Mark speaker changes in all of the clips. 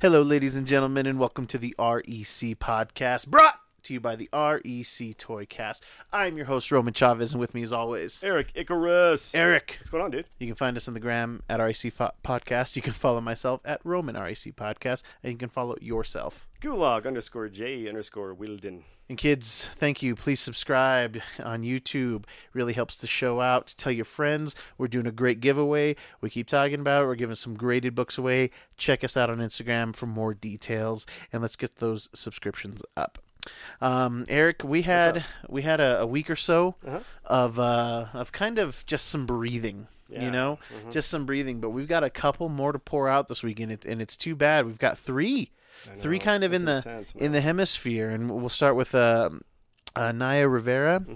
Speaker 1: Hello, ladies and gentlemen, and welcome to the REC podcast brought to you by the REC Toycast. I'm your host, Roman Chavez, and with me, as always,
Speaker 2: Eric Icarus.
Speaker 1: Eric.
Speaker 2: What's going on, dude?
Speaker 1: You can find us on the gram at REC Fo- Podcast. You can follow myself at Roman REC Podcast, and you can follow yourself.
Speaker 2: Gulag underscore J underscore Wilden.
Speaker 1: And kids, thank you. Please subscribe on YouTube. Really helps the show out. Tell your friends. We're doing a great giveaway. We keep talking about it. We're giving some graded books away. Check us out on Instagram for more details. And let's get those subscriptions up. Um, Eric, we had we had a, a week or so
Speaker 2: Uh-huh.
Speaker 1: of uh, of kind of just some breathing. You
Speaker 2: Yeah. Mm-hmm.
Speaker 1: know, just some breathing. But we've got a couple more to pour out this week, and, it, and it's too bad we've got three, three
Speaker 2: know.
Speaker 1: kind of
Speaker 2: That's
Speaker 1: in the
Speaker 2: intense,
Speaker 1: in the hemisphere, and we'll start with uh, uh, Naya Rivera.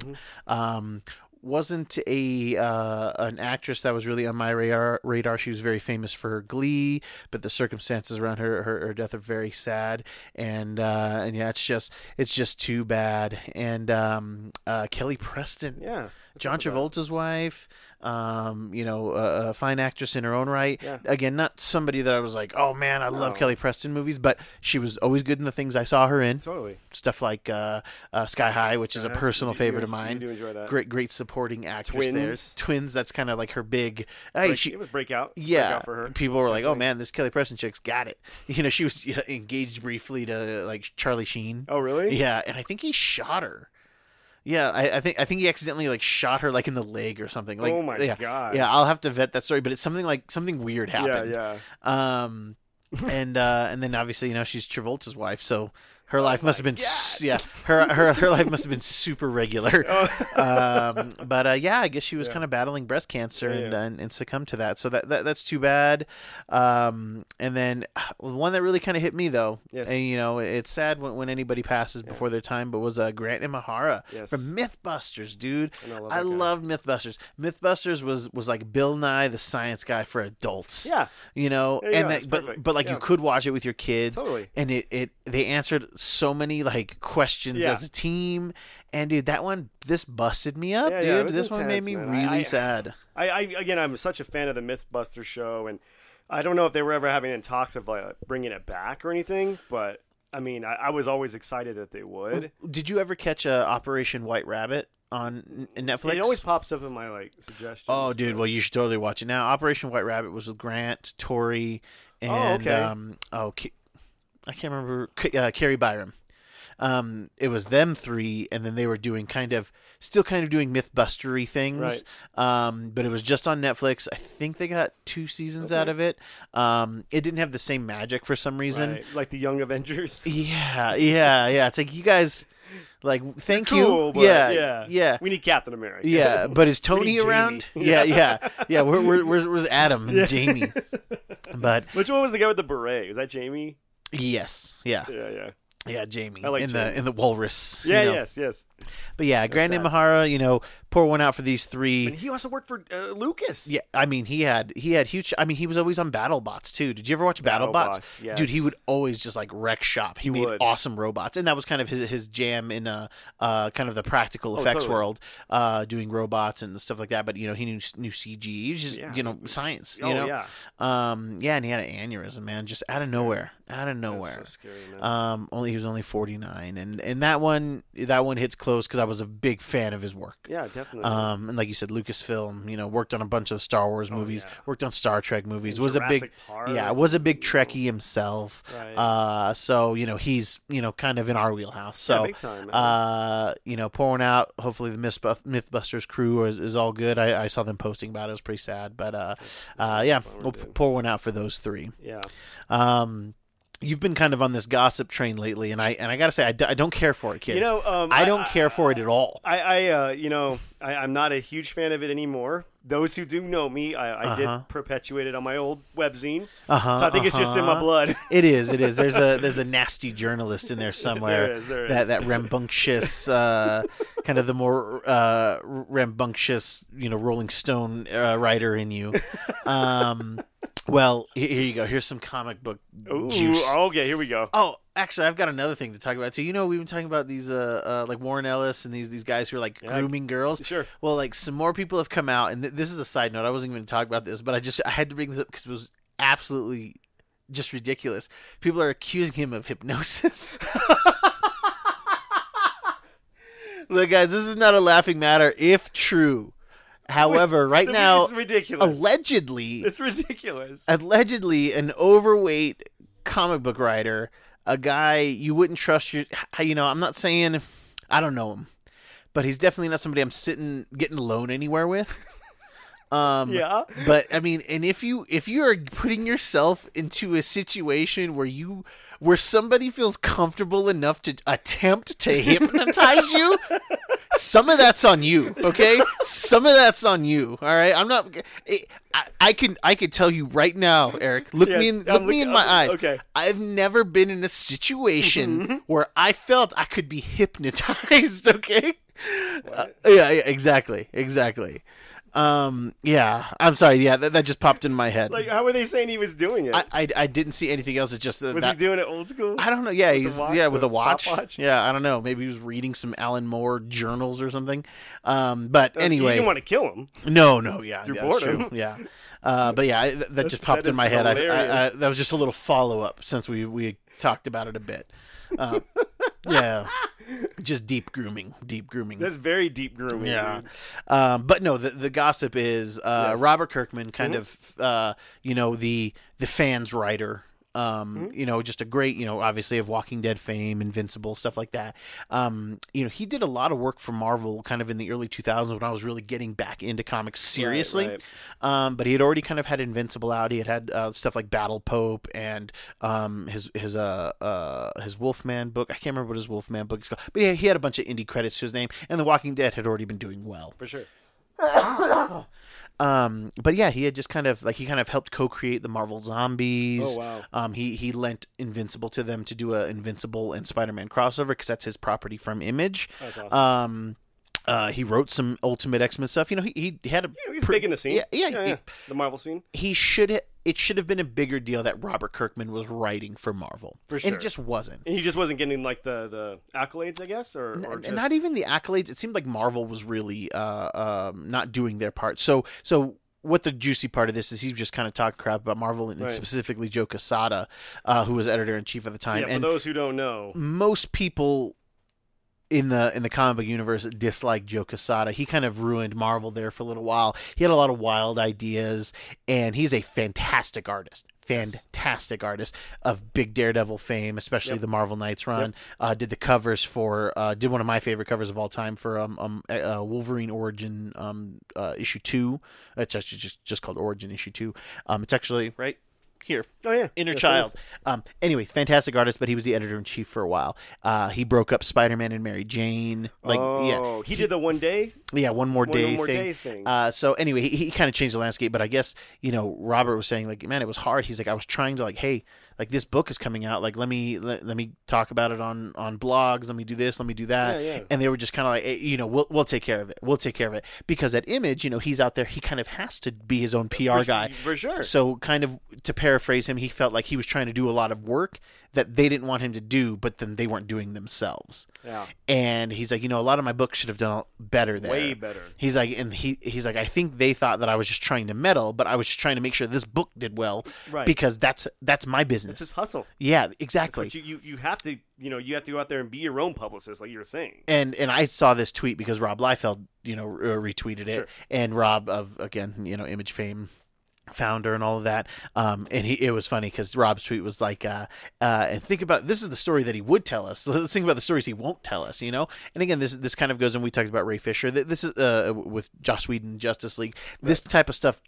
Speaker 1: Um, wasn't a uh, an actress that was really on my radar. Radar. She was very famous for her Glee, but the circumstances around her her, her death are very sad. And uh, and yeah, it's just it's just too bad. And um, uh, Kelly Preston.
Speaker 2: Yeah. That's
Speaker 1: John
Speaker 2: not bad.
Speaker 1: Travolta's wife, um, you know, a, a fine actress in her own right.
Speaker 2: Yeah.
Speaker 1: Again, not somebody that I was like, oh man, I love
Speaker 2: No.
Speaker 1: Kelly Preston movies, but she was always good in the things I saw her in.
Speaker 2: Totally.
Speaker 1: Stuff like uh, uh, Sky High, which is a
Speaker 2: Sky High.
Speaker 1: personal
Speaker 2: You do-
Speaker 1: favorite
Speaker 2: you
Speaker 1: of mine.
Speaker 2: do enjoy that.
Speaker 1: Great, great supporting actress
Speaker 2: Twins.
Speaker 1: there. Twins. That's kind of like her big. Hey,
Speaker 2: Break-
Speaker 1: she,
Speaker 2: it was breakout.
Speaker 1: yeah,
Speaker 2: Breakout for her.
Speaker 1: people were like, "Oh man, this Kelly Preston chick's got it." You know, she was yeah, engaged briefly to like Charlie Sheen.
Speaker 2: Oh, really?
Speaker 1: Yeah, and I think he shot her. Yeah, I, I think I think he accidentally like shot her like in the leg or something. Like,
Speaker 2: Oh, my
Speaker 1: yeah,
Speaker 2: God.
Speaker 1: Yeah, I'll have to vet that story, but it's something like something weird
Speaker 2: Yeah,
Speaker 1: happened.
Speaker 2: yeah.
Speaker 1: Um, and uh, and then obviously you know she's Travolta's wife, so her
Speaker 2: Oh
Speaker 1: life must have been s- yeah her her her life must have been super regular.
Speaker 2: Oh.
Speaker 1: um, but uh, yeah, I guess she was kind of battling breast cancer
Speaker 2: Yeah,
Speaker 1: and,
Speaker 2: yeah.
Speaker 1: and and succumbed to that, so that, that that's too bad. Um, and then the one that really kind of hit me though,
Speaker 2: Yes.
Speaker 1: and you know it's sad when, when anybody passes before their time, but was uh, Grant Imahara
Speaker 2: Yes.
Speaker 1: from MythBusters, dude.
Speaker 2: I know, I love
Speaker 1: I
Speaker 2: that guy.
Speaker 1: loved MythBusters. MythBusters was was like Bill Nye the Science Guy for adults
Speaker 2: Yeah.
Speaker 1: you know
Speaker 2: Yeah,
Speaker 1: and
Speaker 2: yeah, it's
Speaker 1: that but
Speaker 2: perfect.
Speaker 1: but like you
Speaker 2: Yeah.
Speaker 1: could watch it with your kids
Speaker 2: Totally.
Speaker 1: and it it they answered so many like questions
Speaker 2: Yeah.
Speaker 1: as a team and dude that one this busted me up
Speaker 2: Yeah,
Speaker 1: dude
Speaker 2: yeah, it was
Speaker 1: this one made
Speaker 2: intense,
Speaker 1: me
Speaker 2: man. I-
Speaker 1: really
Speaker 2: I-
Speaker 1: sad
Speaker 2: I, I again, I'm such a fan of the MythBusters show, and I don't know if they were ever having any talks of like bringing it back or anything, but I mean, I, I was always excited that they would.
Speaker 1: did you ever catch uh, operation white rabbit on N- netflix
Speaker 2: It always pops up in my like suggestions.
Speaker 1: oh dude well you should totally watch it now operation white rabbit was with grant tori and
Speaker 2: okay.
Speaker 1: um oh Ki- i can't remember Ki- uh, carrie byram um, it was them three, and then they were doing kind of still kind of doing mythbustery things. Um, but it was just on Netflix. I think they got two seasons out of it. Um, it didn't have the same magic for some reason.
Speaker 2: Right, like the Young Avengers.
Speaker 1: Yeah, yeah, yeah. It's like you guys, like, thank
Speaker 2: Cool,
Speaker 1: you.
Speaker 2: but
Speaker 1: yeah,
Speaker 2: yeah,
Speaker 1: yeah.
Speaker 2: We need Captain America.
Speaker 1: Yeah, but is
Speaker 2: We
Speaker 1: Tony
Speaker 2: need
Speaker 1: around?
Speaker 2: Jamie.
Speaker 1: Yeah, yeah, yeah. Where, where, where's, where's Adam and Jamie? But
Speaker 2: Which one was the guy with the beret? Was that Jamie?
Speaker 1: yes, yeah,
Speaker 2: Yeah, yeah.
Speaker 1: yeah. Jamie
Speaker 2: I like
Speaker 1: in the
Speaker 2: Jamie.
Speaker 1: in the walrus. you
Speaker 2: Yeah,
Speaker 1: know.
Speaker 2: yes, yes.
Speaker 1: But yeah, Grand
Speaker 2: sad.
Speaker 1: Imahara, you know, pour one out for these
Speaker 2: And
Speaker 1: three.
Speaker 2: he also worked for uh, Lucas.
Speaker 1: Yeah, I mean, he had he had huge. I mean, he was always on BattleBots too. Did you ever watch BattleBots?
Speaker 2: BattleBots, yes.
Speaker 1: Dude, he would always just like wreck shop. He, made
Speaker 2: would.
Speaker 1: awesome robots, and that was kind of his his jam in uh, uh kind of the practical effects
Speaker 2: Oh, totally.
Speaker 1: world, uh, doing robots and stuff like that. But you know, he knew knew CG. He was just
Speaker 2: Yeah.
Speaker 1: you know science.
Speaker 2: Oh,
Speaker 1: you know,
Speaker 2: yeah.
Speaker 1: um, yeah, and he had an aneurysm, man, just out of nowhere, out of nowhere.
Speaker 2: That's so scary, man.
Speaker 1: Um, only he was only forty nine, and and that one that one hits close because I was a big fan of his work.
Speaker 2: yeah, definitely.
Speaker 1: Um, and like you said, Lucasfilm, you know, worked on a bunch of the Star Wars movies, worked on Star Trek movies, was a big,
Speaker 2: Oh, Jurassic Park.
Speaker 1: yeah, was a big Trekkie himself.
Speaker 2: Right.
Speaker 1: Uh, so you know he's you know kind of in our wheelhouse. So
Speaker 2: Yeah, big time, man.
Speaker 1: uh, you know, pouring out. Hopefully the Mythbus- MythBusters crew is, is all good. I, I saw them posting about it. It was pretty sad, but uh, uh, yeah, we'll p- pour one out for those three.
Speaker 2: yeah.
Speaker 1: Um, you've been kind of on this gossip train lately, and I and I gotta say I, d- I don't care for it, kids.
Speaker 2: You know, um,
Speaker 1: I
Speaker 2: I-
Speaker 1: don't
Speaker 2: I-
Speaker 1: care for it at all.
Speaker 2: I, I uh, you know, I, I'm not a huge fan of it anymore. Those who do know me, I, I did perpetuate it on my old webzine.
Speaker 1: Uh-huh,
Speaker 2: so I think it's just in my
Speaker 1: uh-huh.
Speaker 2: blood.
Speaker 1: It is. It is. There's a there's a nasty journalist in there somewhere.
Speaker 2: There is, there
Speaker 1: that
Speaker 2: is.
Speaker 1: that rambunctious, uh, kind of the more uh, rambunctious, you know, Rolling Stone uh, writer in you. Um, well, he- here you go. Here's some comic book
Speaker 2: Ooh,
Speaker 1: juice.
Speaker 2: okay, here we go.
Speaker 1: Oh, actually, I've got another thing to talk about too. You know, we've been talking about these, uh, uh like Warren Ellis and these these guys who are like grooming girls.
Speaker 2: sure.
Speaker 1: Well, like some more people have come out, and th- this is a side note. I wasn't even going to talk about this, but I just I had to bring this up because it was absolutely just ridiculous. People are accusing him of hypnosis. Look, guys, this is not a laughing matter if true. However, right
Speaker 2: I mean,
Speaker 1: now,
Speaker 2: it's ridiculous.
Speaker 1: allegedly,
Speaker 2: it's ridiculous.
Speaker 1: allegedly, an overweight comic book writer, a guy you wouldn't trust. Your, you know, I'm not saying I don't know him, but he's definitely not somebody I'm sitting getting alone anywhere with. Um,
Speaker 2: Yeah.
Speaker 1: but I mean, and if you if you are putting yourself into a situation where you where somebody feels comfortable enough to attempt to hypnotize you, some of that's on you. Okay, some of that's on you. All right, I'm not. I, I can I can tell you right now, Eric. Look me
Speaker 2: Yes,
Speaker 1: in,
Speaker 2: I'm
Speaker 1: look me
Speaker 2: looking-
Speaker 1: in my
Speaker 2: I'm-
Speaker 1: eyes.
Speaker 2: okay. Mm-hmm.
Speaker 1: I've never been in a situation where I felt I could be hypnotized. Okay. Uh, yeah, yeah, exactly, exactly. Um, yeah, I'm sorry. Yeah, that, that just popped in my head.
Speaker 2: Like, how were they saying he was doing it?
Speaker 1: I, I, I didn't see anything else. It's just that,
Speaker 2: was
Speaker 1: that-
Speaker 2: he doing it old school?
Speaker 1: I don't know. Yeah, he's
Speaker 2: watch-
Speaker 1: yeah with a
Speaker 2: with a
Speaker 1: watch.
Speaker 2: stopwatch?
Speaker 1: Yeah, I don't know. Maybe he was reading some Alan Moore journals or something. Um, but
Speaker 2: you
Speaker 1: anyway,
Speaker 2: didn't want to kill him.
Speaker 1: no, no, yeah, yeah, that's true.
Speaker 2: boredom.
Speaker 1: Yeah, uh, but yeah, I, th- that just popped
Speaker 2: that
Speaker 1: in my
Speaker 2: is
Speaker 1: head. I,
Speaker 2: hilarious.
Speaker 1: I, I, that was just a little follow up since we we talked about it a bit. Uh, yeah, just deep grooming, deep grooming.
Speaker 2: That's very deep grooming.
Speaker 1: Yeah.
Speaker 2: dude.
Speaker 1: Um, but no, the, the gossip is uh,
Speaker 2: Yes. Mm-hmm.
Speaker 1: Robert Kirkman, kind of, uh, you know, the the fans writer. Um,
Speaker 2: Mm-hmm.
Speaker 1: You know, just a great, you know, obviously of Walking Dead fame, Invincible, stuff like that. Um, you know, he did a lot of work for Marvel kind of in the early 2000s when I was really getting back into comics seriously.
Speaker 2: right.
Speaker 1: Um, but he had already kind of had Invincible out. He had had uh, stuff like Battle Pope and um, his his uh, uh, his Wolfman book. I can't remember what his Wolfman book is called. But yeah, he had a bunch of indie credits to his name. And The Walking Dead had already been doing well.
Speaker 2: For sure.
Speaker 1: Um, but yeah, he had just kind of like he kind of helped co-create the Marvel Zombies.
Speaker 2: Oh, wow.
Speaker 1: Um, he he lent Invincible to them to do a Invincible and Spider-Man crossover because that's his property from Image.
Speaker 2: That's awesome.
Speaker 1: Um, uh, he wrote some Ultimate X-Men stuff. You know, he, he had a
Speaker 2: Yeah, he's big in the scene.
Speaker 1: yeah, yeah, he-
Speaker 2: The Marvel scene.
Speaker 1: he should ha- it should have been a bigger deal that Robert Kirkman was writing for Marvel. For And
Speaker 2: sure.
Speaker 1: it just wasn't.
Speaker 2: And he just wasn't getting like the, the accolades, I guess, or, or
Speaker 1: And
Speaker 2: just
Speaker 1: not even the accolades. It seemed like Marvel was really uh, um, not doing their part. So so what the juicy part of this is, he's just kind of talking crap about Marvel and
Speaker 2: Right.
Speaker 1: specifically Joe Quesada, uh, who was editor in chief at the time.
Speaker 2: yeah. For
Speaker 1: and
Speaker 2: those who don't know,
Speaker 1: most people in the in the comic book universe dislike Joe Quesada. He kind of ruined Marvel there for a little while. He had a lot of wild ideas, and he's a fantastic artist. Fantastic artist of big Daredevil fame, especially the Marvel Knights run. Uh, did the covers for uh, did one of my favorite covers of all time for um, um uh, Wolverine Origin um uh, issue two. It's actually just just called Origin issue two. Um, it's actually right here
Speaker 2: oh yeah,
Speaker 1: inner
Speaker 2: Yes, it
Speaker 1: child.
Speaker 2: is.
Speaker 1: Um, anyways, fantastic artist, but he was the editor in chief for a while. Uh, he broke up Spider Man and Mary Jane. Like,
Speaker 2: oh, he, did the one day.
Speaker 1: yeah, yeah, one more
Speaker 2: One
Speaker 1: day
Speaker 2: More
Speaker 1: thing.
Speaker 2: Day thing.
Speaker 1: Uh, so anyway, he, he kind of changed the landscape. But I guess you know, Robert was saying like, man, it was hard. He's like, I was trying to like, hey, like this book is coming out. Like, let me let, let me talk about it on on blogs. Let me do this. Let me do that.
Speaker 2: Yeah, yeah.
Speaker 1: And they were just kind of like, eh, you know, we'll we'll take care of it. We'll take care of it because at Image, you know, he's out there. He kind of has to be his own PR guy.
Speaker 2: for sure.
Speaker 1: So, kind of to paraphrase him, he felt like he was trying to do a lot of work that they didn't want him to do, but then they weren't doing themselves.
Speaker 2: Yeah.
Speaker 1: And he's like, you know, a lot of my books should have done better there.
Speaker 2: Way better.
Speaker 1: He's like, and he he's like, I think they thought that I was just trying to meddle, but I was just trying to make sure this book did well,
Speaker 2: Right.
Speaker 1: Because that's that's my business.
Speaker 2: It's just hustle.
Speaker 1: yeah, exactly.
Speaker 2: But you, you you have to you know you have to go out there and be your own publicist, like you were saying.
Speaker 1: and and I saw this tweet because Rob Liefeld, you know, re- uh, retweeted it,
Speaker 2: Sure.
Speaker 1: and Rob of again, you know, Image fame founder and all of that. Um, and he it was funny because Rob's tweet was like, uh, uh, and think about this is the story that he would tell us. Let's think about the stories he won't tell us, you know. And again, this this kind of goes, and we talked about Ray Fisher. Th- This is uh with Joss Whedon Justice League. This type of stuff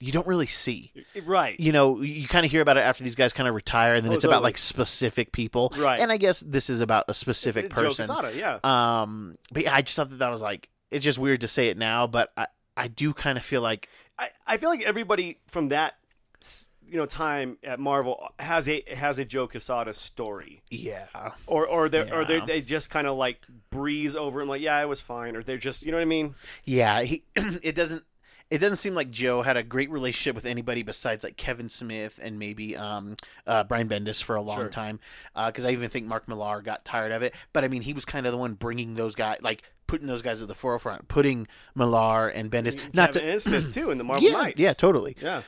Speaker 1: you don't really see
Speaker 2: Right.
Speaker 1: you know, you kind of hear about it after these guys kind of retire, and then
Speaker 2: Oh,
Speaker 1: it's about
Speaker 2: totally.
Speaker 1: like specific people,
Speaker 2: Right.
Speaker 1: And I guess this is about a specific
Speaker 2: Joe
Speaker 1: person.
Speaker 2: Quesada, yeah.
Speaker 1: Um, but yeah, I just thought that that was like it's just weird to say it now, but I I do kind of feel like
Speaker 2: I, I feel like everybody from that s- you know time at Marvel has a has a Joe Quesada story,
Speaker 1: yeah,
Speaker 2: or or they or they
Speaker 1: Yeah.
Speaker 2: they just kind of like breeze over and like yeah it was fine, or they're just you know what I mean.
Speaker 1: yeah. He it doesn't. It doesn't seem like Joe had a great relationship with anybody besides like Kevin Smith and maybe um, uh, Brian Bendis for a long
Speaker 2: Sure.
Speaker 1: time. Because I even think Mark Millar got tired of it. But I mean, he was kind of the one bringing those guys, like putting those guys at the forefront, putting Millar and Bendis. Not to
Speaker 2: Mm, Kevin and Smith too in the Marvel
Speaker 1: yeah,
Speaker 2: Knights.
Speaker 1: yeah, totally.
Speaker 2: yeah.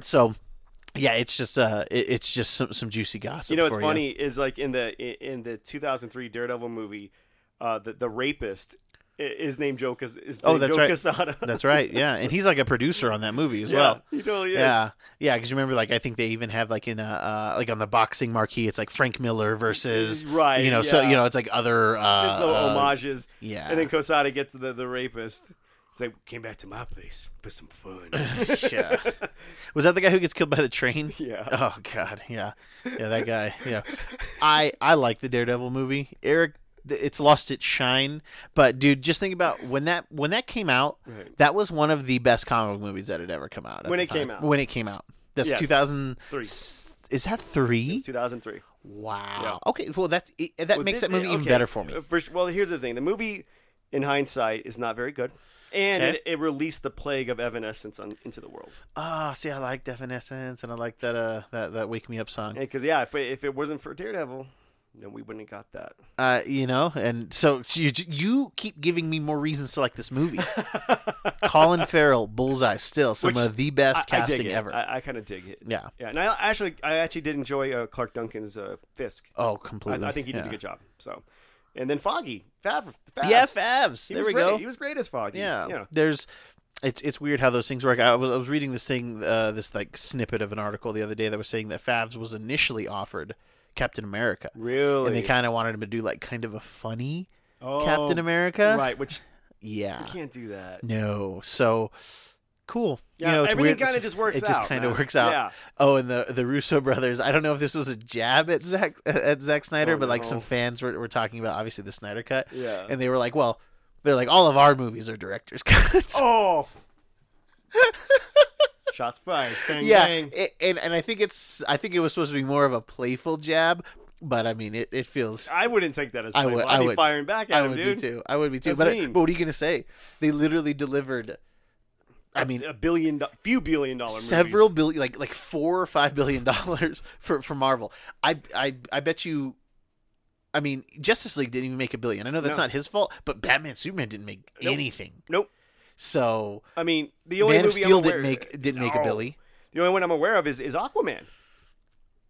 Speaker 1: So yeah, it's just uh, it, it's just some some juicy gossip.
Speaker 2: You know, what's
Speaker 1: for
Speaker 2: funny is like in the in the 2003 Daredevil movie, uh, the the rapist i- is named Joe Cas- is
Speaker 1: Oh,
Speaker 2: named
Speaker 1: that's
Speaker 2: Joe
Speaker 1: right.
Speaker 2: Quesada.
Speaker 1: That's right. Yeah, and he's like a producer on that movie as
Speaker 2: yeah,
Speaker 1: well.
Speaker 2: he totally is.
Speaker 1: Yeah, yeah. Because remember, like I think they even have like in a uh, like on the boxing marquee, it's like Frank Miller versus
Speaker 2: Right,
Speaker 1: You know, so
Speaker 2: yeah.
Speaker 1: you know it's like other uh,
Speaker 2: Little
Speaker 1: uh,
Speaker 2: homages.
Speaker 1: yeah.
Speaker 2: and then Quesada gets the the rapist. It's like came back to my place for some fun.
Speaker 1: uh, yeah. Was that the guy who gets killed by the train?
Speaker 2: Yeah.
Speaker 1: Oh God. Yeah. Yeah. That guy. Yeah. I I like the Daredevil movie. Eric, th- it's lost its shine. But dude, just think about when that when that came out.
Speaker 2: Right.
Speaker 1: That was one of the best comic book movies that had ever come out. at
Speaker 2: When
Speaker 1: the
Speaker 2: it came
Speaker 1: time.
Speaker 2: out.
Speaker 1: When it came out. That's
Speaker 2: Yes.
Speaker 1: two thousand
Speaker 2: Three.
Speaker 1: Is that three?
Speaker 2: 2003.
Speaker 1: Wow. Okay. Well, that's it, that
Speaker 2: Well,
Speaker 1: makes
Speaker 2: thi-
Speaker 1: that movie even
Speaker 2: okay,
Speaker 1: better for me.
Speaker 2: uh, first- well, here's the thing: the movie, in hindsight, is not very good, and
Speaker 1: Okay.
Speaker 2: it, it released the plague of evanescence on, into the world.
Speaker 1: Ah, see, I like Defenescence, and I like that uh that that Wake Me Up song.
Speaker 2: Because Eh, yeah, if it, if it wasn't for Daredevil, then we wouldn't have got that.
Speaker 1: Uh, you know, and so you you keep giving me more reasons to like this movie. Colin Farrell, Bullseye, still some
Speaker 2: Which-
Speaker 1: of the best
Speaker 2: I- I dig
Speaker 1: casting
Speaker 2: it.
Speaker 1: ever.
Speaker 2: I, I kind of dig it.
Speaker 1: yeah.
Speaker 2: Yeah, and I actually I actually did enjoy uh, Clark Duncan's uh, Fisk.
Speaker 1: Oh,
Speaker 2: I,
Speaker 1: completely.
Speaker 2: I think he did
Speaker 1: yeah.
Speaker 2: a good job. So, and then Foggy, Fav, Favs.
Speaker 1: Yeah, Favs.
Speaker 2: He
Speaker 1: There
Speaker 2: was
Speaker 1: we
Speaker 2: great.
Speaker 1: go.
Speaker 2: He was great as Foggy.
Speaker 1: yeah.
Speaker 2: yeah.
Speaker 1: There's it's it's weird how those things work. I was I was reading this thing uh, this like snippet of an article the other day that was saying that Favs was initially offered Captain America.
Speaker 2: Really?
Speaker 1: And they kind of wanted him to do like kind of a funny
Speaker 2: oh,
Speaker 1: Captain America.
Speaker 2: Right, which
Speaker 1: Yeah.
Speaker 2: you can't do that.
Speaker 1: No. So cool.
Speaker 2: Yeah,
Speaker 1: you know, it's
Speaker 2: everything
Speaker 1: weird.
Speaker 2: kinda just works
Speaker 1: It just
Speaker 2: out,
Speaker 1: kind of
Speaker 2: man.
Speaker 1: works out.
Speaker 2: Yeah.
Speaker 1: Oh, and the the Russo brothers. I don't know if this was a jab at Zack at Zack Snyder,
Speaker 2: Oh,
Speaker 1: but like
Speaker 2: no.
Speaker 1: some fans were, were talking about obviously the Snyder cut.
Speaker 2: Yeah.
Speaker 1: And they were like, well, they're like all of our movies are director's cuts.
Speaker 2: Oh. Shots fired. Bang,
Speaker 1: yeah.
Speaker 2: bang.
Speaker 1: it- and and I think it's I think it was supposed to be more of a playful jab, but I mean it, it feels
Speaker 2: I wouldn't take that as
Speaker 1: I
Speaker 2: playful.
Speaker 1: would-
Speaker 2: I'd
Speaker 1: I
Speaker 2: be
Speaker 1: would-
Speaker 2: firing back at
Speaker 1: I
Speaker 2: him,
Speaker 1: would
Speaker 2: dude.
Speaker 1: be too. I would be too.
Speaker 2: That's
Speaker 1: But,
Speaker 2: mean.
Speaker 1: but what are you gonna say? They literally delivered. I mean,
Speaker 2: a billion, do- few billion dollar movies.
Speaker 1: several billion, like like four or five billion dollars for for Marvel. I I I bet you. I mean, Justice League didn't even make a billion. I know that's
Speaker 2: No.
Speaker 1: not his fault, but Batman Superman didn't make
Speaker 2: Nope.
Speaker 1: anything.
Speaker 2: Nope.
Speaker 1: So
Speaker 2: I mean, the only
Speaker 1: Man of
Speaker 2: movie
Speaker 1: Steel
Speaker 2: I'm aware,
Speaker 1: didn't make didn't make a
Speaker 2: No.
Speaker 1: billy.
Speaker 2: The only one I'm aware of is, is Aquaman.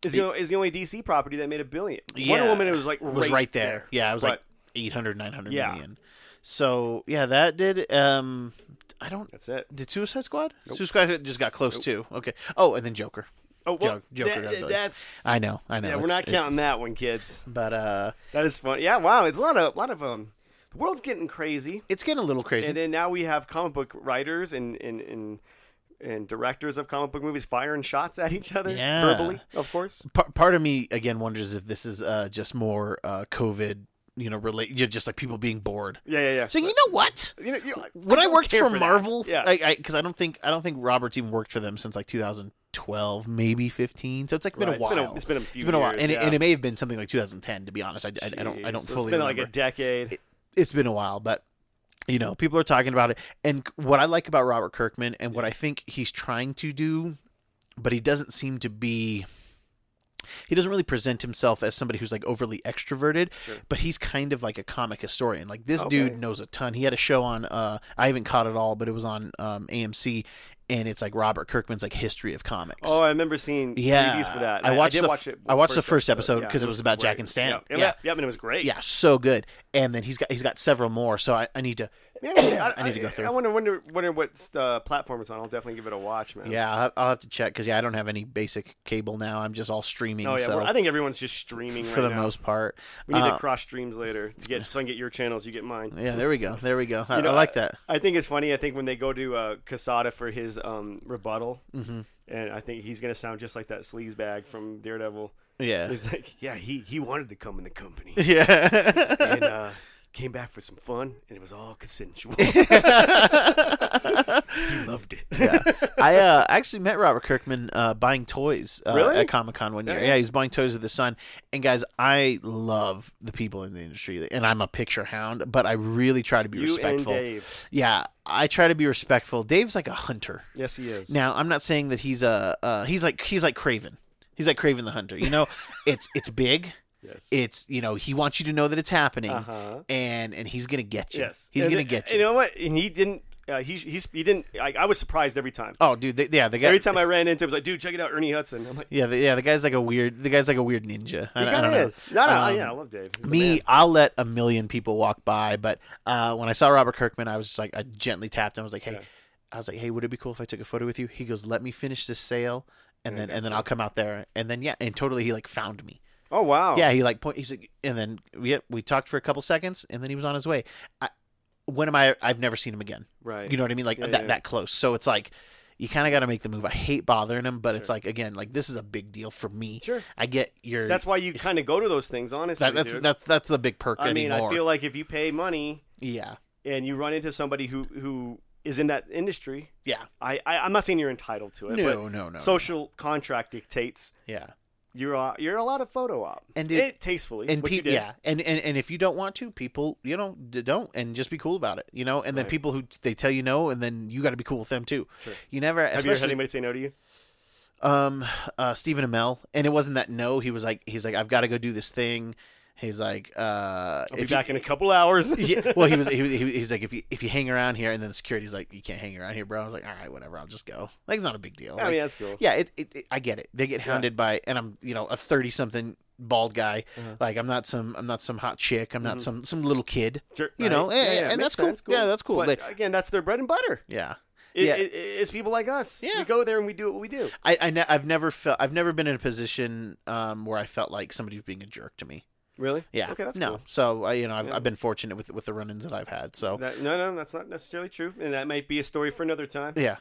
Speaker 2: Is
Speaker 1: The-
Speaker 2: the, is the only DC property that made a billion. Wonder
Speaker 1: Yeah.
Speaker 2: Woman was like right
Speaker 1: was right there. Yeah, it was like
Speaker 2: But-
Speaker 1: 800, 900
Speaker 2: Yeah.
Speaker 1: million. So yeah, that did. Um, I don't.
Speaker 2: That's it.
Speaker 1: Did Suicide Squad? Suicide Squad just got close too. Okay. Oh, and then Joker.
Speaker 2: Oh, well,
Speaker 1: Jo- Joker
Speaker 2: that-
Speaker 1: got a billion.
Speaker 2: that's
Speaker 1: I know. I know.
Speaker 2: yeah. We're
Speaker 1: it's-
Speaker 2: not counting
Speaker 1: it's-
Speaker 2: that one, kids.
Speaker 1: But uh,
Speaker 2: That is fun. Yeah, wow. It's a lot of lot of um. The world's getting crazy.
Speaker 1: it's getting a little crazy.
Speaker 2: and then now we have comic book writers and and and, and directors of comic book movies firing shots at each other
Speaker 1: Yeah.
Speaker 2: verbally, of course.
Speaker 1: part, part of me again wonders if this is uh, just more uh, COVID, you know, relate, you know, just like people being bored.
Speaker 2: Yeah, yeah, yeah.
Speaker 1: So you know what?
Speaker 2: you know, you,
Speaker 1: When I,
Speaker 2: don't
Speaker 1: worked
Speaker 2: care
Speaker 1: for,
Speaker 2: that.
Speaker 1: Marvel,
Speaker 2: yeah,
Speaker 1: because I, don't think I don't think Roberts even worked for them since like 2012, maybe 15. So it's like been a
Speaker 2: Right, it's been
Speaker 1: while.
Speaker 2: a- it's been a few
Speaker 1: while,
Speaker 2: years,
Speaker 1: and, it,
Speaker 2: yeah.
Speaker 1: and it may have been something like 2010. To be honest, I, I- I don't I don't
Speaker 2: Jeez, so
Speaker 1: fully
Speaker 2: It's been
Speaker 1: remember.
Speaker 2: like a decade.
Speaker 1: it's been a while, but you know, people are talking about it. And what I like about Robert Kirkman and what I think he's trying to do, but he doesn't seem to be he doesn't really present himself as somebody who's like overly extroverted, but he's kind of like a comic historian. Like this dude
Speaker 2: Okay.
Speaker 1: knows a ton. He had a show on uh I haven't caught it all, but it was on um AMC and it's like Robert Kirkman's like history of comics.
Speaker 2: oh, I remember seeing
Speaker 1: Yeah,
Speaker 2: previews for that.
Speaker 1: I watched
Speaker 2: I, did
Speaker 1: the-
Speaker 2: watch it.
Speaker 1: I watched the first episode 'cause it was about Jack
Speaker 2: great.
Speaker 1: and Stan.
Speaker 2: Yeah,
Speaker 1: Yeah.
Speaker 2: yeah, yeah, and it was great.
Speaker 1: yeah, so good. And then he's got he's got several more, so I, I need to
Speaker 2: Man,
Speaker 1: I, need to go through.
Speaker 2: I wonder, wonder, wonder what uh, platform it's on. I'll definitely give it a watch, man.
Speaker 1: Yeah, I'll have, I'll have to check because yeah, I don't have any basic cable now. I'm just all streaming.
Speaker 2: Oh yeah,
Speaker 1: so
Speaker 2: we're- I think everyone's just streaming
Speaker 1: for
Speaker 2: right
Speaker 1: the
Speaker 2: now.
Speaker 1: most part,
Speaker 2: We need
Speaker 1: Uh,
Speaker 2: to cross streams later to get so I can get your channels, you get mine.
Speaker 1: yeah, there we go. There we go. I,
Speaker 2: You know,
Speaker 1: I like that.
Speaker 2: I think it's funny. I think when they go to uh, Casada for his um, rebuttal,
Speaker 1: Mm-hmm.
Speaker 2: and I think he's gonna sound just like that sleaze bag from Daredevil.
Speaker 1: Yeah.
Speaker 2: He's like, yeah, he he wanted to come in the company
Speaker 1: Yeah.
Speaker 2: and uh, came back for some fun, and it was all consensual. he loved it.
Speaker 1: I uh, actually met Robert Kirkman uh, buying toys uh,
Speaker 2: Really?
Speaker 1: at Comic Con one year. Yeah, he was buying toys with his son. And guys, I love the people in the industry, and I'm a picture hound, but I really try to be
Speaker 2: you and
Speaker 1: respectful.
Speaker 2: Dave.
Speaker 1: Yeah, I try to be respectful. Dave's like a hunter.
Speaker 2: Yes, he is.
Speaker 1: Now, I'm not saying that he's a uh, he's like he's like Craven. He's like Craven the Hunter. You know, it's it's big.
Speaker 2: yes.
Speaker 1: It's you know he wants you to know that it's happening,
Speaker 2: Uh-huh.
Speaker 1: and and he's gonna get you.
Speaker 2: Yes.
Speaker 1: he's
Speaker 2: And
Speaker 1: gonna
Speaker 2: th-
Speaker 1: get
Speaker 2: You
Speaker 1: you.
Speaker 2: know what? And he didn't Uh, he he's, he didn't. I, I was surprised every time.
Speaker 1: Oh, dude, they, yeah, the guy.
Speaker 2: Every time I ran into, him, it was like, dude, check it out, Ernie Hudson. I'm like,
Speaker 1: Yeah, the, yeah, the guy's like a weird. The guy's like a weird ninja. I,
Speaker 2: he
Speaker 1: I
Speaker 2: kind
Speaker 1: don't
Speaker 2: of
Speaker 1: know. Um,
Speaker 2: is. No, no, yeah, I love Dave. He's the
Speaker 1: me,
Speaker 2: man.
Speaker 1: I'll let a million people walk by, but uh, when I saw Robert Kirkman, I was just like, I gently tapped him. I was like, hey, I was like, hey, would it be cool if I took a photo with you? He goes, let me finish this sale, and then and then I'll come out there, and then yeah, and totally, he like found me.
Speaker 2: Oh wow.
Speaker 1: Yeah, he like point. He's like, and then we we talked for a couple seconds, and then he was on his way. I, when am I? I've never seen him again.
Speaker 2: Right.
Speaker 1: You know what I mean? Like
Speaker 2: Yeah,
Speaker 1: that
Speaker 2: yeah.
Speaker 1: that close. So it's like you kind of got to make the move. I hate bothering him, but it's like again, like this is a big deal for me.
Speaker 2: Sure.
Speaker 1: I get your.
Speaker 2: That's why you kind of go to those things, honestly.
Speaker 1: that, that's
Speaker 2: dude.
Speaker 1: that's that's the big perk
Speaker 2: I mean,
Speaker 1: anymore.
Speaker 2: I feel like if you pay money
Speaker 1: yeah,
Speaker 2: and you run into somebody who who is in that industry,
Speaker 1: yeah,
Speaker 2: I, I I'm not saying you're entitled to it.
Speaker 1: No,
Speaker 2: but
Speaker 1: no, no,
Speaker 2: Social contract dictates
Speaker 1: yeah.
Speaker 2: you're a, you're allowed a photo op
Speaker 1: And
Speaker 2: it,
Speaker 1: it-
Speaker 2: tastefully.
Speaker 1: And
Speaker 2: which you
Speaker 1: people,
Speaker 2: did.
Speaker 1: yeah, and, and and if you don't want to, people, you know, d- don't, and just be cool about it, you know. And then
Speaker 2: Right.
Speaker 1: people who they tell you no, and then you got to be cool with them too.
Speaker 2: Sure.
Speaker 1: You never.
Speaker 2: Have you ever had
Speaker 1: especially-
Speaker 2: anybody say no to you?
Speaker 1: um uh Stephen Amell and it wasn't that no he was like he's like I've got to go do this thing he's like uh
Speaker 2: I'll be
Speaker 1: if you-
Speaker 2: back in a couple hours.
Speaker 1: yeah, well he was he, he, he's like if you if you hang around here and then the security's like you can't hang around here bro I was like all right whatever I'll just go like it's not a big deal
Speaker 2: I
Speaker 1: Like,
Speaker 2: mean, that's cool.
Speaker 1: yeah it, it, it- I get it they get hounded by and I'm you know a 30 something bald guy
Speaker 2: Uh-huh.
Speaker 1: like I'm not some I'm not some hot chick I'm
Speaker 2: Mm-hmm.
Speaker 1: not some some little kid
Speaker 2: Sure,
Speaker 1: you know
Speaker 2: right.
Speaker 1: eh,
Speaker 2: Yeah, yeah,
Speaker 1: and
Speaker 2: makes
Speaker 1: that's cool.
Speaker 2: sense,
Speaker 1: yeah that's cool
Speaker 2: But
Speaker 1: Like,
Speaker 2: again, that's their bread and butter.
Speaker 1: yeah
Speaker 2: It,
Speaker 1: yeah
Speaker 2: it- it's people like us.
Speaker 1: Yeah.
Speaker 2: We go there and we do what we do.
Speaker 1: I, I ne- I've never felt I've never been in a position um, where I felt like somebody was being a jerk to me.
Speaker 2: Really?
Speaker 1: Yeah.
Speaker 2: Okay, that's
Speaker 1: no.
Speaker 2: cool.
Speaker 1: So I, you know, I've,
Speaker 2: Yeah.
Speaker 1: I've been fortunate with with the run-ins that I've had. So
Speaker 2: That, no, no, that's not necessarily true, and that might be a story for another time.
Speaker 1: yeah.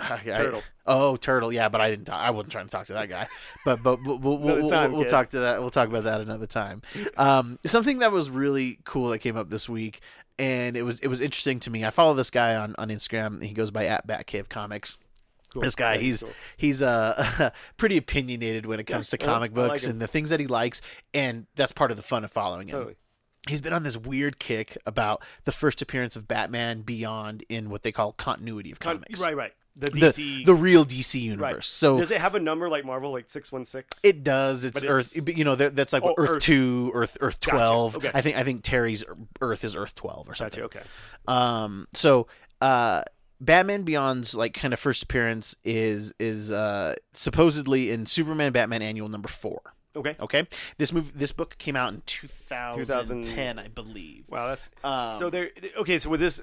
Speaker 1: I- I-
Speaker 2: Turtle.
Speaker 1: oh, turtle. Yeah, but I didn't. Talk, I wasn't trying to talk to that guy. But but we'll, we'll,
Speaker 2: Another
Speaker 1: we'll,
Speaker 2: time,
Speaker 1: we'll, we'll talk
Speaker 2: kids.
Speaker 1: to that. We'll talk about that another time. Um, something that was really cool that came up this week, and it was it was interesting to me. I follow this guy on on Instagram. He goes by at Batcave Comics.
Speaker 2: Cool.
Speaker 1: This guy,
Speaker 2: That is
Speaker 1: he's
Speaker 2: cool.
Speaker 1: he's uh pretty opinionated when it comes to
Speaker 2: I like-
Speaker 1: comic
Speaker 2: I like
Speaker 1: books
Speaker 2: him.
Speaker 1: and the things that he likes, and that's part of the fun of following him
Speaker 2: Totally.
Speaker 1: he's been on this weird kick about the first appearance of Batman beyond in what they call continuity of comics.
Speaker 2: Um, Right, right. The
Speaker 1: The,
Speaker 2: DC.
Speaker 1: the real DC universe.
Speaker 2: right.
Speaker 1: So
Speaker 2: does it have a number like Marvel, like six one six?
Speaker 1: it does. It's
Speaker 2: But
Speaker 1: Earth.
Speaker 2: it's-
Speaker 1: you know, that- that's like what,
Speaker 2: Oh,
Speaker 1: Earth,
Speaker 2: Earth.
Speaker 1: two, Earth, Earth twelve.
Speaker 2: Okay.
Speaker 1: I think I think Terry's Earth is Earth twelve or something.
Speaker 2: Gotcha. Okay.
Speaker 1: Um, so, uh, Batman Beyond's like kind of first appearance is is uh supposedly in Superman Batman Annual number four.
Speaker 2: Okay.
Speaker 1: Okay, this move this book came out in 2010, I believe.
Speaker 2: Wow, that's
Speaker 1: Um,
Speaker 2: so there. Okay, so with this,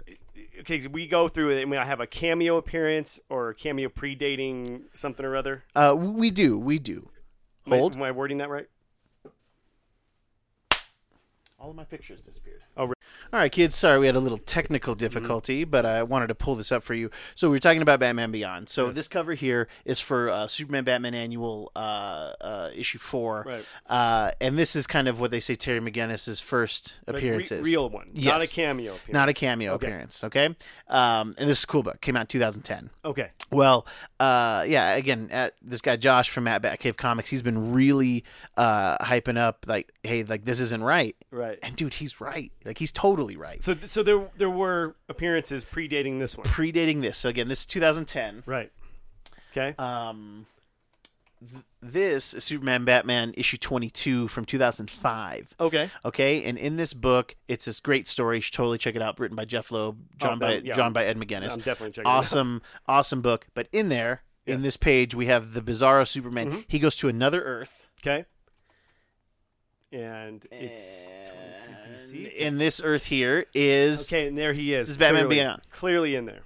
Speaker 2: okay, we go through it, and we have a cameo appearance or a cameo predating something or other.
Speaker 1: Uh, we do, we do.
Speaker 2: Am I-
Speaker 1: Hold.
Speaker 2: Am I wording that right?
Speaker 1: All of my pictures disappeared.
Speaker 2: Oh, re-
Speaker 1: All right, kids. Sorry, we had a little technical difficulty, but I wanted to pull this up for you. So we were talking about Batman Beyond. So this cover here is for uh, Superman Batman Annual uh, uh, issue four,
Speaker 2: Right.
Speaker 1: uh, and this is kind of what they say Terry McGinnis's first
Speaker 2: Like, re-
Speaker 1: appearance is.
Speaker 2: real one, not a
Speaker 1: Yes.
Speaker 2: cameo. Appearance.
Speaker 1: Not a cameo
Speaker 2: Okay.
Speaker 1: appearance, okay? Um, and this is a cool book. Came out in 2010.
Speaker 2: Okay.
Speaker 1: Well, uh, yeah. Again, at, this guy Josh from Matt Batcave Comics, he's been really uh, hyping up, like, "Hey, like this isn't right."
Speaker 2: Right.
Speaker 1: And dude, he's right. Like he's totally right.
Speaker 2: So, th- so there, there were appearances predating this one.
Speaker 1: Predating this, so again, this is 2010.
Speaker 2: Right. Okay.
Speaker 1: Um, th- this is Superman Batman issue 22 from 2005.
Speaker 2: okay.
Speaker 1: Okay, and in this book, it's this great story. You should totally check it out. Written by Jeff Loeb, drawn
Speaker 2: Oh,
Speaker 1: by
Speaker 2: that- yeah.
Speaker 1: drawn by Ed McGuinness.
Speaker 2: I'm definitely checking it out.
Speaker 1: Awesome, awesome book. But in there, in
Speaker 2: Yes. Mm-hmm.
Speaker 1: this page, we have the Bizarro Superman. He goes to another Earth.
Speaker 2: Okay. And it's 22 DC.
Speaker 1: And this Earth here is okay.
Speaker 2: Okay, and there he is.
Speaker 1: This is Batman
Speaker 2: clearly,
Speaker 1: Beyond.
Speaker 2: Clearly in there.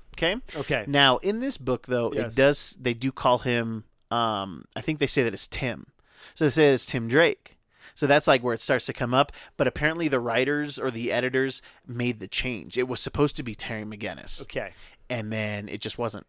Speaker 2: Okay.
Speaker 1: Now in this book, though,
Speaker 2: Yes.
Speaker 1: it does they do call him. Um, I think they say that it's Tim. So they say it's Tim Drake. So that's like where it starts to come up. But apparently, the writers or the editors made the change. It was supposed to be Terry McGinnis.
Speaker 2: Okay.
Speaker 1: and then it just wasn't.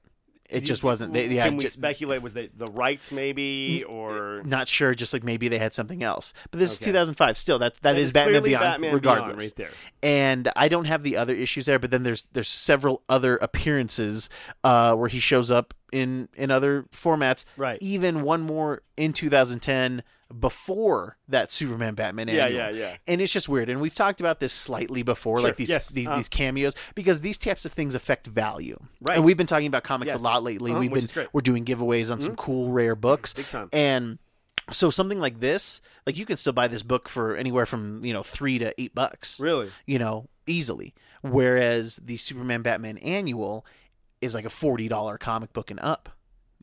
Speaker 1: It
Speaker 2: You-
Speaker 1: just wasn't. They,
Speaker 2: Can
Speaker 1: yeah,
Speaker 2: we
Speaker 1: just,
Speaker 2: speculate? Was that the rights maybe or
Speaker 1: not sure. Just like maybe they had something else. But this
Speaker 2: Okay.
Speaker 1: is 2005. Still, that's that is,
Speaker 2: is
Speaker 1: Batman
Speaker 2: clearly
Speaker 1: Beyond,
Speaker 2: Batman
Speaker 1: regardless.
Speaker 2: Beyond right there.
Speaker 1: And I don't have the other issues there, but then there's there's several other appearances uh, where he shows up in in other formats.
Speaker 2: Right.
Speaker 1: Even one more in 2010 before that Superman Batman
Speaker 2: Yeah,
Speaker 1: annual.
Speaker 2: yeah, yeah.
Speaker 1: And it's just weird. And we've talked about this slightly before, like these
Speaker 2: Yes.
Speaker 1: these,
Speaker 2: Uh.
Speaker 1: these cameos, because these types of things affect value.
Speaker 2: Right.
Speaker 1: And we've been talking about comics
Speaker 2: Yes.
Speaker 1: a lot lately.
Speaker 2: Uh-huh,
Speaker 1: we've
Speaker 2: which
Speaker 1: been
Speaker 2: is great. Mm-hmm.
Speaker 1: we're doing giveaways on some cool rare books.
Speaker 2: Big time.
Speaker 1: And so something like this, like you can still buy this book for anywhere from, you know, three to eight bucks.
Speaker 2: really?
Speaker 1: You know, easily. Whereas the Superman Batman annual is like a forty dollar comic book and up,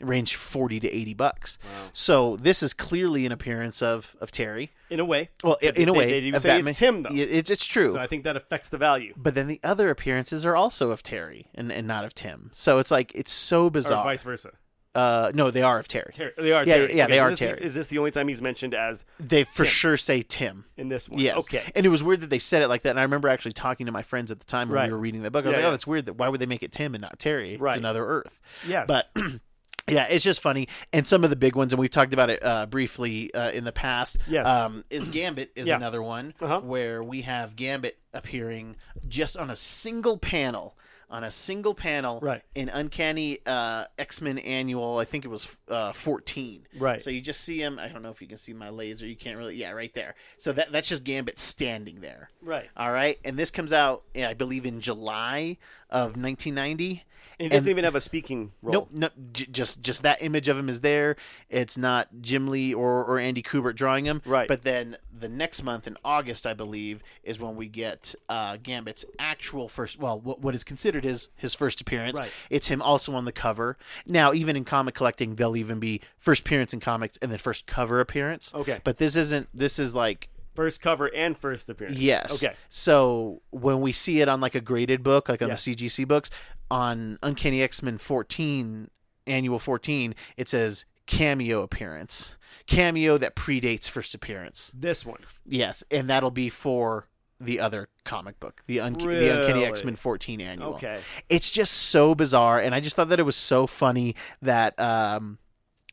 Speaker 1: range forty to eighty bucks. So this is clearly an appearance of of Terry.
Speaker 2: in a way.
Speaker 1: Well, i- in a
Speaker 2: They-
Speaker 1: way,
Speaker 2: they do
Speaker 1: of
Speaker 2: say it's
Speaker 1: Batman.
Speaker 2: Tim, though.
Speaker 1: Yeah, it's- it's Oh, true.
Speaker 2: So I think that affects the value.
Speaker 1: but then the other appearances are also of Terry and, and not of Tim. So it's like it's so
Speaker 2: Or
Speaker 1: bizarre.
Speaker 2: vice versa.
Speaker 1: uh, no, they are of Terry.
Speaker 2: Terry, they are
Speaker 1: Yeah,
Speaker 2: Terry.
Speaker 1: yeah,
Speaker 2: Okay,
Speaker 1: they
Speaker 2: so
Speaker 1: are
Speaker 2: this-
Speaker 1: Terry.
Speaker 2: Is this the only time he's mentioned as
Speaker 1: They for
Speaker 2: Tim.
Speaker 1: sure say Tim.
Speaker 2: in this one?
Speaker 1: Yes.
Speaker 2: Okay.
Speaker 1: And it was weird that they said it like that. And I remember actually talking to my friends at the time when
Speaker 2: Right.
Speaker 1: we were reading that book. I was
Speaker 2: Yeah,
Speaker 1: like,
Speaker 2: yeah.
Speaker 1: "Oh, that's weird. That why would they make it Tim and not Terry?
Speaker 2: Right.
Speaker 1: It's another Earth."
Speaker 2: Yes.
Speaker 1: But yeah, it's just funny. And some of the big ones, and we've talked about it uh, briefly uh, in the past.
Speaker 2: Yes.
Speaker 1: Um, is Gambit is
Speaker 2: Yeah.
Speaker 1: another one
Speaker 2: Uh-huh.
Speaker 1: where we have Gambit appearing just on a single panel. On a single panel
Speaker 2: Right.
Speaker 1: in Uncanny uh, X Men Annual, I think it was uh, 14.
Speaker 2: Right.
Speaker 1: So you just see him. I don't know if you can see my laser. You can't really. Yeah, right there. So that that's just Gambit standing there.
Speaker 2: Right.
Speaker 1: All right. And this comes out, yeah, I believe, in July of 1990.
Speaker 2: And he doesn't even have a speaking role.
Speaker 1: Nope, no, j- just just that image of him is there. It's not Jim Lee or, or Andy Kubert drawing him.
Speaker 2: Right.
Speaker 1: But then the next month in August, I believe, is when we get uh, Gambit's actual first, well, what, what is considered his his first appearance.
Speaker 2: Right.
Speaker 1: It's him also on the cover. Now, even in comic collecting, they'll even be first appearance in comics and then first cover appearance.
Speaker 2: Okay.
Speaker 1: But this isn't. This is like
Speaker 2: First cover and first appearance.
Speaker 1: Yes.
Speaker 2: Okay.
Speaker 1: So when we see it on like a graded book, like on
Speaker 2: Yeah.
Speaker 1: the CGC books, on Uncanny X Men 14, Annual 14, it says cameo appearance. Cameo that predates first appearance.
Speaker 2: This one.
Speaker 1: Yes. And that'll be for the other comic book, the, Unc- the Uncanny
Speaker 2: Really?
Speaker 1: X Men 14 Annual.
Speaker 2: Okay.
Speaker 1: It's just so bizarre. And I just thought that it was so funny that, um,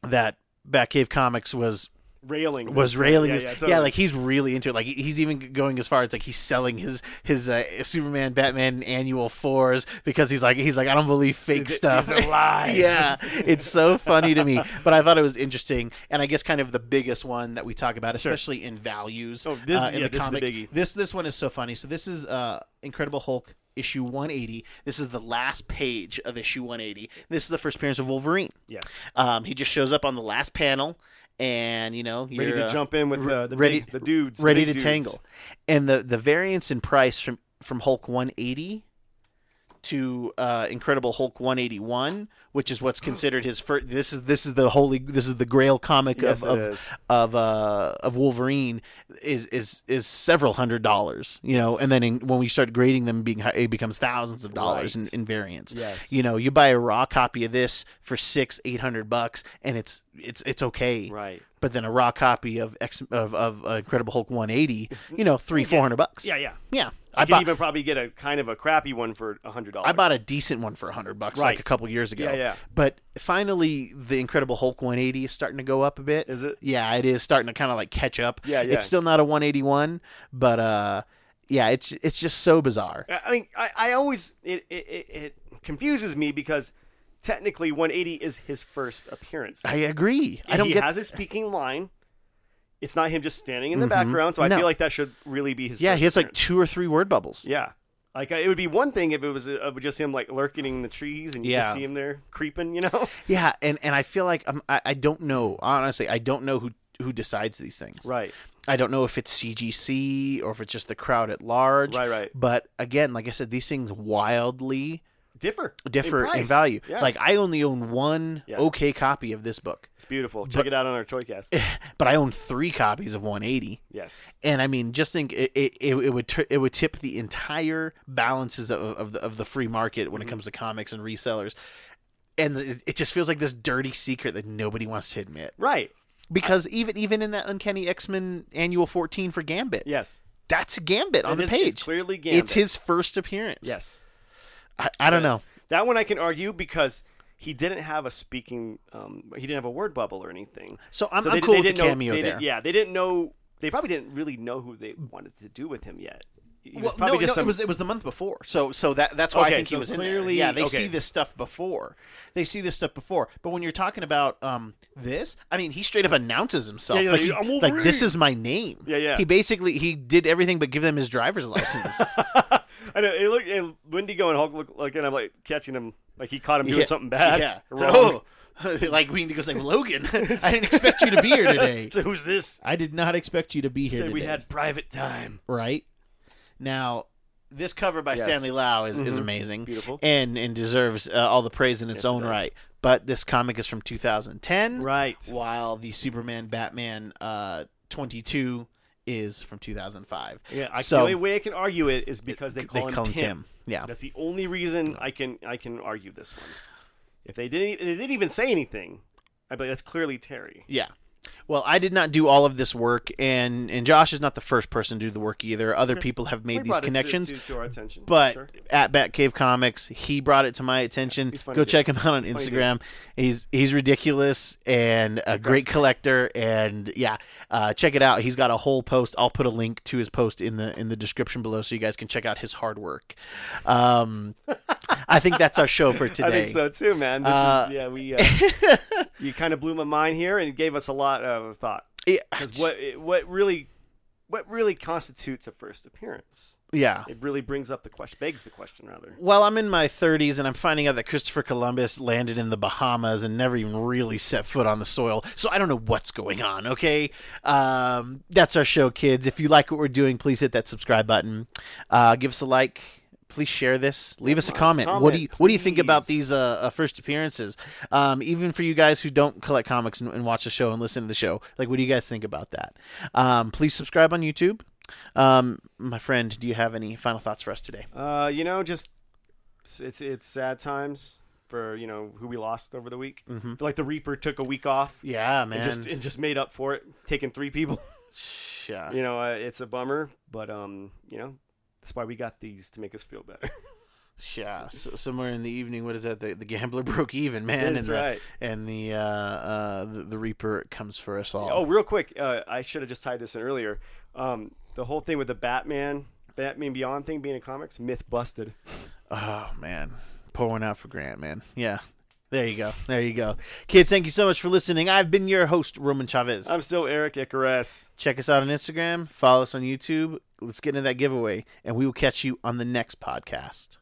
Speaker 1: that Batcave Comics was
Speaker 2: Railing.
Speaker 1: was railing this.
Speaker 2: Yeah,
Speaker 1: Yeah,
Speaker 2: yeah, totally.
Speaker 1: like he's really into it. Like he- he's even going as far as like he's selling his his uh, Superman Batman annual fours because he's like he's like I don't believe fake
Speaker 2: Th-
Speaker 1: stuff.
Speaker 2: These are lies.
Speaker 1: yeah, it's so funny to me. But I thought it was interesting, and I guess kind of the biggest one that we talk about, especially in values.
Speaker 2: Oh, this-
Speaker 1: uh, in the
Speaker 2: yeah, this is the
Speaker 1: comic.
Speaker 2: biggie.
Speaker 1: This this one is so funny. So this is uh, Incredible Hulk issue 180. This is the last page of issue 180. This is the first appearance of Wolverine.
Speaker 2: Yes.
Speaker 1: Um, he just shows up on the last panel, and you know,
Speaker 2: Ready
Speaker 1: you're,
Speaker 2: to
Speaker 1: uh,
Speaker 2: jump in with the, the,
Speaker 1: ready-
Speaker 2: big- the dudes. the
Speaker 1: ready
Speaker 2: big
Speaker 1: to
Speaker 2: dudes.
Speaker 1: tangle. And the the variance in price from from Hulk 180 to uh, Incredible Hulk 181, which is what's considered his first. This is this is the holy. This is the Grail comic
Speaker 2: Yes,
Speaker 1: of
Speaker 2: it
Speaker 1: of
Speaker 2: is.
Speaker 1: of, uh, of Wolverine is is is several hundred dollars. You know, and then in, when we start grading them, being hi- it becomes thousands of dollars
Speaker 2: Right.
Speaker 1: in, in variance.
Speaker 2: Yes.
Speaker 1: you know, you buy a raw copy of this for six eight hundred bucks, and it's it's it's okay
Speaker 2: Right.
Speaker 1: but then a raw copy of X of, of uh, Incredible Hulk 180, you know, three four hundred bucks.
Speaker 2: Yeah, yeah.
Speaker 1: yeah.
Speaker 2: I
Speaker 1: I
Speaker 2: could
Speaker 1: bought
Speaker 2: even probably get a kind of a crappy one for a hundred dollars.
Speaker 1: I bought a decent one for hundred bucks like
Speaker 2: Right.
Speaker 1: a couple years ago.
Speaker 2: Yeah, yeah.
Speaker 1: But finally, the Incredible Hulk 180 is starting to go up a bit.
Speaker 2: Is it?
Speaker 1: Yeah, it is starting to kind of like catch up.
Speaker 2: Yeah, yeah.
Speaker 1: It's still not a 181, but uh, yeah, it's it's just so bizarre.
Speaker 2: I I mean, I, I always it, it it it confuses me because technically 180 is his first appearance.
Speaker 1: I agree. I don't
Speaker 2: he
Speaker 1: get
Speaker 2: has a speaking line. It's not him just standing in the background, so I
Speaker 1: Mm-hmm. No.
Speaker 2: feel like that should really be his.
Speaker 1: Yeah,
Speaker 2: first
Speaker 1: he has like
Speaker 2: appearance.
Speaker 1: two or three word bubbles.
Speaker 2: yeah, like I- it would be one thing if it was uh, of just him like lurking in the trees and you
Speaker 1: Yeah.
Speaker 2: just see him there creeping, you know?
Speaker 1: Yeah, and, and I feel like I'm, I I don't know honestly. I don't know who who decides these things.
Speaker 2: Right.
Speaker 1: I don't know if it's CGC or if it's just the crowd at large.
Speaker 2: Right, right.
Speaker 1: But again, like I said, these things wildly
Speaker 2: Differ.
Speaker 1: differ in,
Speaker 2: price.
Speaker 1: value.
Speaker 2: Yeah.
Speaker 1: Like I only own one
Speaker 2: Yeah.
Speaker 1: okay copy of this book,
Speaker 2: it's beautiful. Check it out on our Toycast.
Speaker 1: but I own three copies of 180.
Speaker 2: yes.
Speaker 1: And I mean, just think it it, it, it would t- it would tip the entire balances of of the, of the free market
Speaker 2: Mm-hmm.
Speaker 1: when it comes to comics and resellers. And it it just feels like this dirty secret that nobody wants to admit.
Speaker 2: Right.
Speaker 1: Because even even in that Uncanny X Men Annual 14 for Gambit,
Speaker 2: Yes.
Speaker 1: that's Gambit on
Speaker 2: It
Speaker 1: the
Speaker 2: is- it's
Speaker 1: page.
Speaker 2: clearly
Speaker 1: It's
Speaker 2: Gambit.
Speaker 1: his first appearance.
Speaker 2: Yes.
Speaker 1: I, I don't know.
Speaker 2: That one I can argue because he didn't have a speaking. Um, he didn't have a word bubble or anything.
Speaker 1: So I'm- I'm cool with the
Speaker 2: didn't know-
Speaker 1: cameo
Speaker 2: they didn't-
Speaker 1: there.
Speaker 2: yeah, they didn't know. They probably didn't really know who they wanted to do with him yet. He was
Speaker 1: no,
Speaker 2: probably just
Speaker 1: no,
Speaker 2: some-
Speaker 1: it was it was the month before. So so that that's why I
Speaker 2: Okay,
Speaker 1: think he
Speaker 2: so
Speaker 1: was
Speaker 2: clearly-
Speaker 1: in there. Yeah, they
Speaker 2: okay.
Speaker 1: see this stuff before. They see this stuff before. But when you're talking about um this, I mean, he straight up announces himself.
Speaker 2: Yeah, yeah,
Speaker 1: like,
Speaker 2: yeah,
Speaker 1: he-
Speaker 2: I'm
Speaker 1: like, this
Speaker 2: Wolverine."
Speaker 1: is my name.
Speaker 2: Yeah, yeah.
Speaker 1: He basically he did everything but give them his driver's license.
Speaker 2: I know. It looked, and Wendigo and Hulk look like, and I'm like catching him, like he caught him doing
Speaker 1: Yeah,
Speaker 2: something bad.
Speaker 1: Yeah.
Speaker 2: Wrong.
Speaker 1: Oh. like we need to go say Logan. I didn't expect you to be here today.
Speaker 2: So who's this?
Speaker 1: I did not expect you to be here
Speaker 2: Said
Speaker 1: today.
Speaker 2: we had private time.
Speaker 1: right? Now, this cover by
Speaker 2: Yes. Mm-hmm.
Speaker 1: Stanley Lau is, is amazing,
Speaker 2: Beautiful.
Speaker 1: and and deserves uh, all the praise in its
Speaker 2: Yes, it
Speaker 1: own
Speaker 2: does.
Speaker 1: right. But this comic is from 2010,
Speaker 2: Right.
Speaker 1: While the Superman Batman uh 22 is from 2005.
Speaker 2: Yeah, I,
Speaker 1: so
Speaker 2: the only way I can argue it is because they call, him, Tim.
Speaker 1: Yeah,
Speaker 2: That's the only reason I can I can argue this one. If they didn't, if they didn't even say anything. I'd be like, that's clearly Terry.
Speaker 1: Yeah. Well, I did not do all of this work, and and Josh is not the first person to do the work either. Other people have
Speaker 2: We
Speaker 1: made these
Speaker 2: brought it to-
Speaker 1: connections.
Speaker 2: to, to our attention,
Speaker 1: but
Speaker 2: sure.
Speaker 1: at Batcave Comics, he brought it to my attention.
Speaker 2: he's funny
Speaker 1: Go
Speaker 2: dude.
Speaker 1: check him out on
Speaker 2: funny
Speaker 1: Instagram. He's he's ridiculous and a great collector, and yeah, uh, check it out. He's got a whole post. I'll put a link to his post in the in the description below, so you guys can check out his hard work. Um, I think that's our show for today.
Speaker 2: I think so too, man. This
Speaker 1: Uh,
Speaker 2: is yeah, we uh, you kind of blew my mind here and gave us a lot of thought
Speaker 1: Yeah.
Speaker 2: because what it- what really what really constitutes a first appearance?
Speaker 1: yeah.
Speaker 2: It really brings up the question, begs the question rather.
Speaker 1: Well, I'm in my 30s and I'm finding out that Christopher Columbus landed in the Bahamas and never even really set foot on the soil. So I don't know what's going on, okay? Um, that's our show, kids. If you like what we're doing, please hit that subscribe button. Uh, give us a like. Please share this. Leave us a comment. what do you What do you think about
Speaker 2: please.
Speaker 1: these uh, uh, first appearances? Um, even for you guys who don't collect comics and, and watch the show and listen to the show, like, what do you guys think about that? Um, please subscribe on YouTube. Um, my friend, do you have any final thoughts for us today?
Speaker 2: Uh, you know, just it's- it's it's sad times for you know who we lost over the week.
Speaker 1: Mm-hmm.
Speaker 2: Like the Reaper took a week off.
Speaker 1: Yeah, man.
Speaker 2: And just and just made up for it, taking three people.
Speaker 1: Yeah.
Speaker 2: you know, uh, it's a bummer, but um, you know, that's why we got these to make us feel better.
Speaker 1: Yeah. So somewhere in the evening, what is that? The, the gambler broke even, man.
Speaker 2: That's
Speaker 1: and the,
Speaker 2: right.
Speaker 1: And the, uh, uh, the the reaper comes for us all.
Speaker 2: Oh, real quick, uh, I should have just tied this in earlier. Um, the whole thing with the Batman, Batman Beyond thing being in comics, myth busted.
Speaker 1: Oh, man. Pour one out for Grant, man. Yeah. There you go. There you go. Kids, thank you so much for listening. I've been your host, Roman Chavez.
Speaker 2: I'm still Eric Icarus.
Speaker 1: Check us out on Instagram. Follow us on YouTube. Let's get into that giveaway, and we will catch you on the next podcast.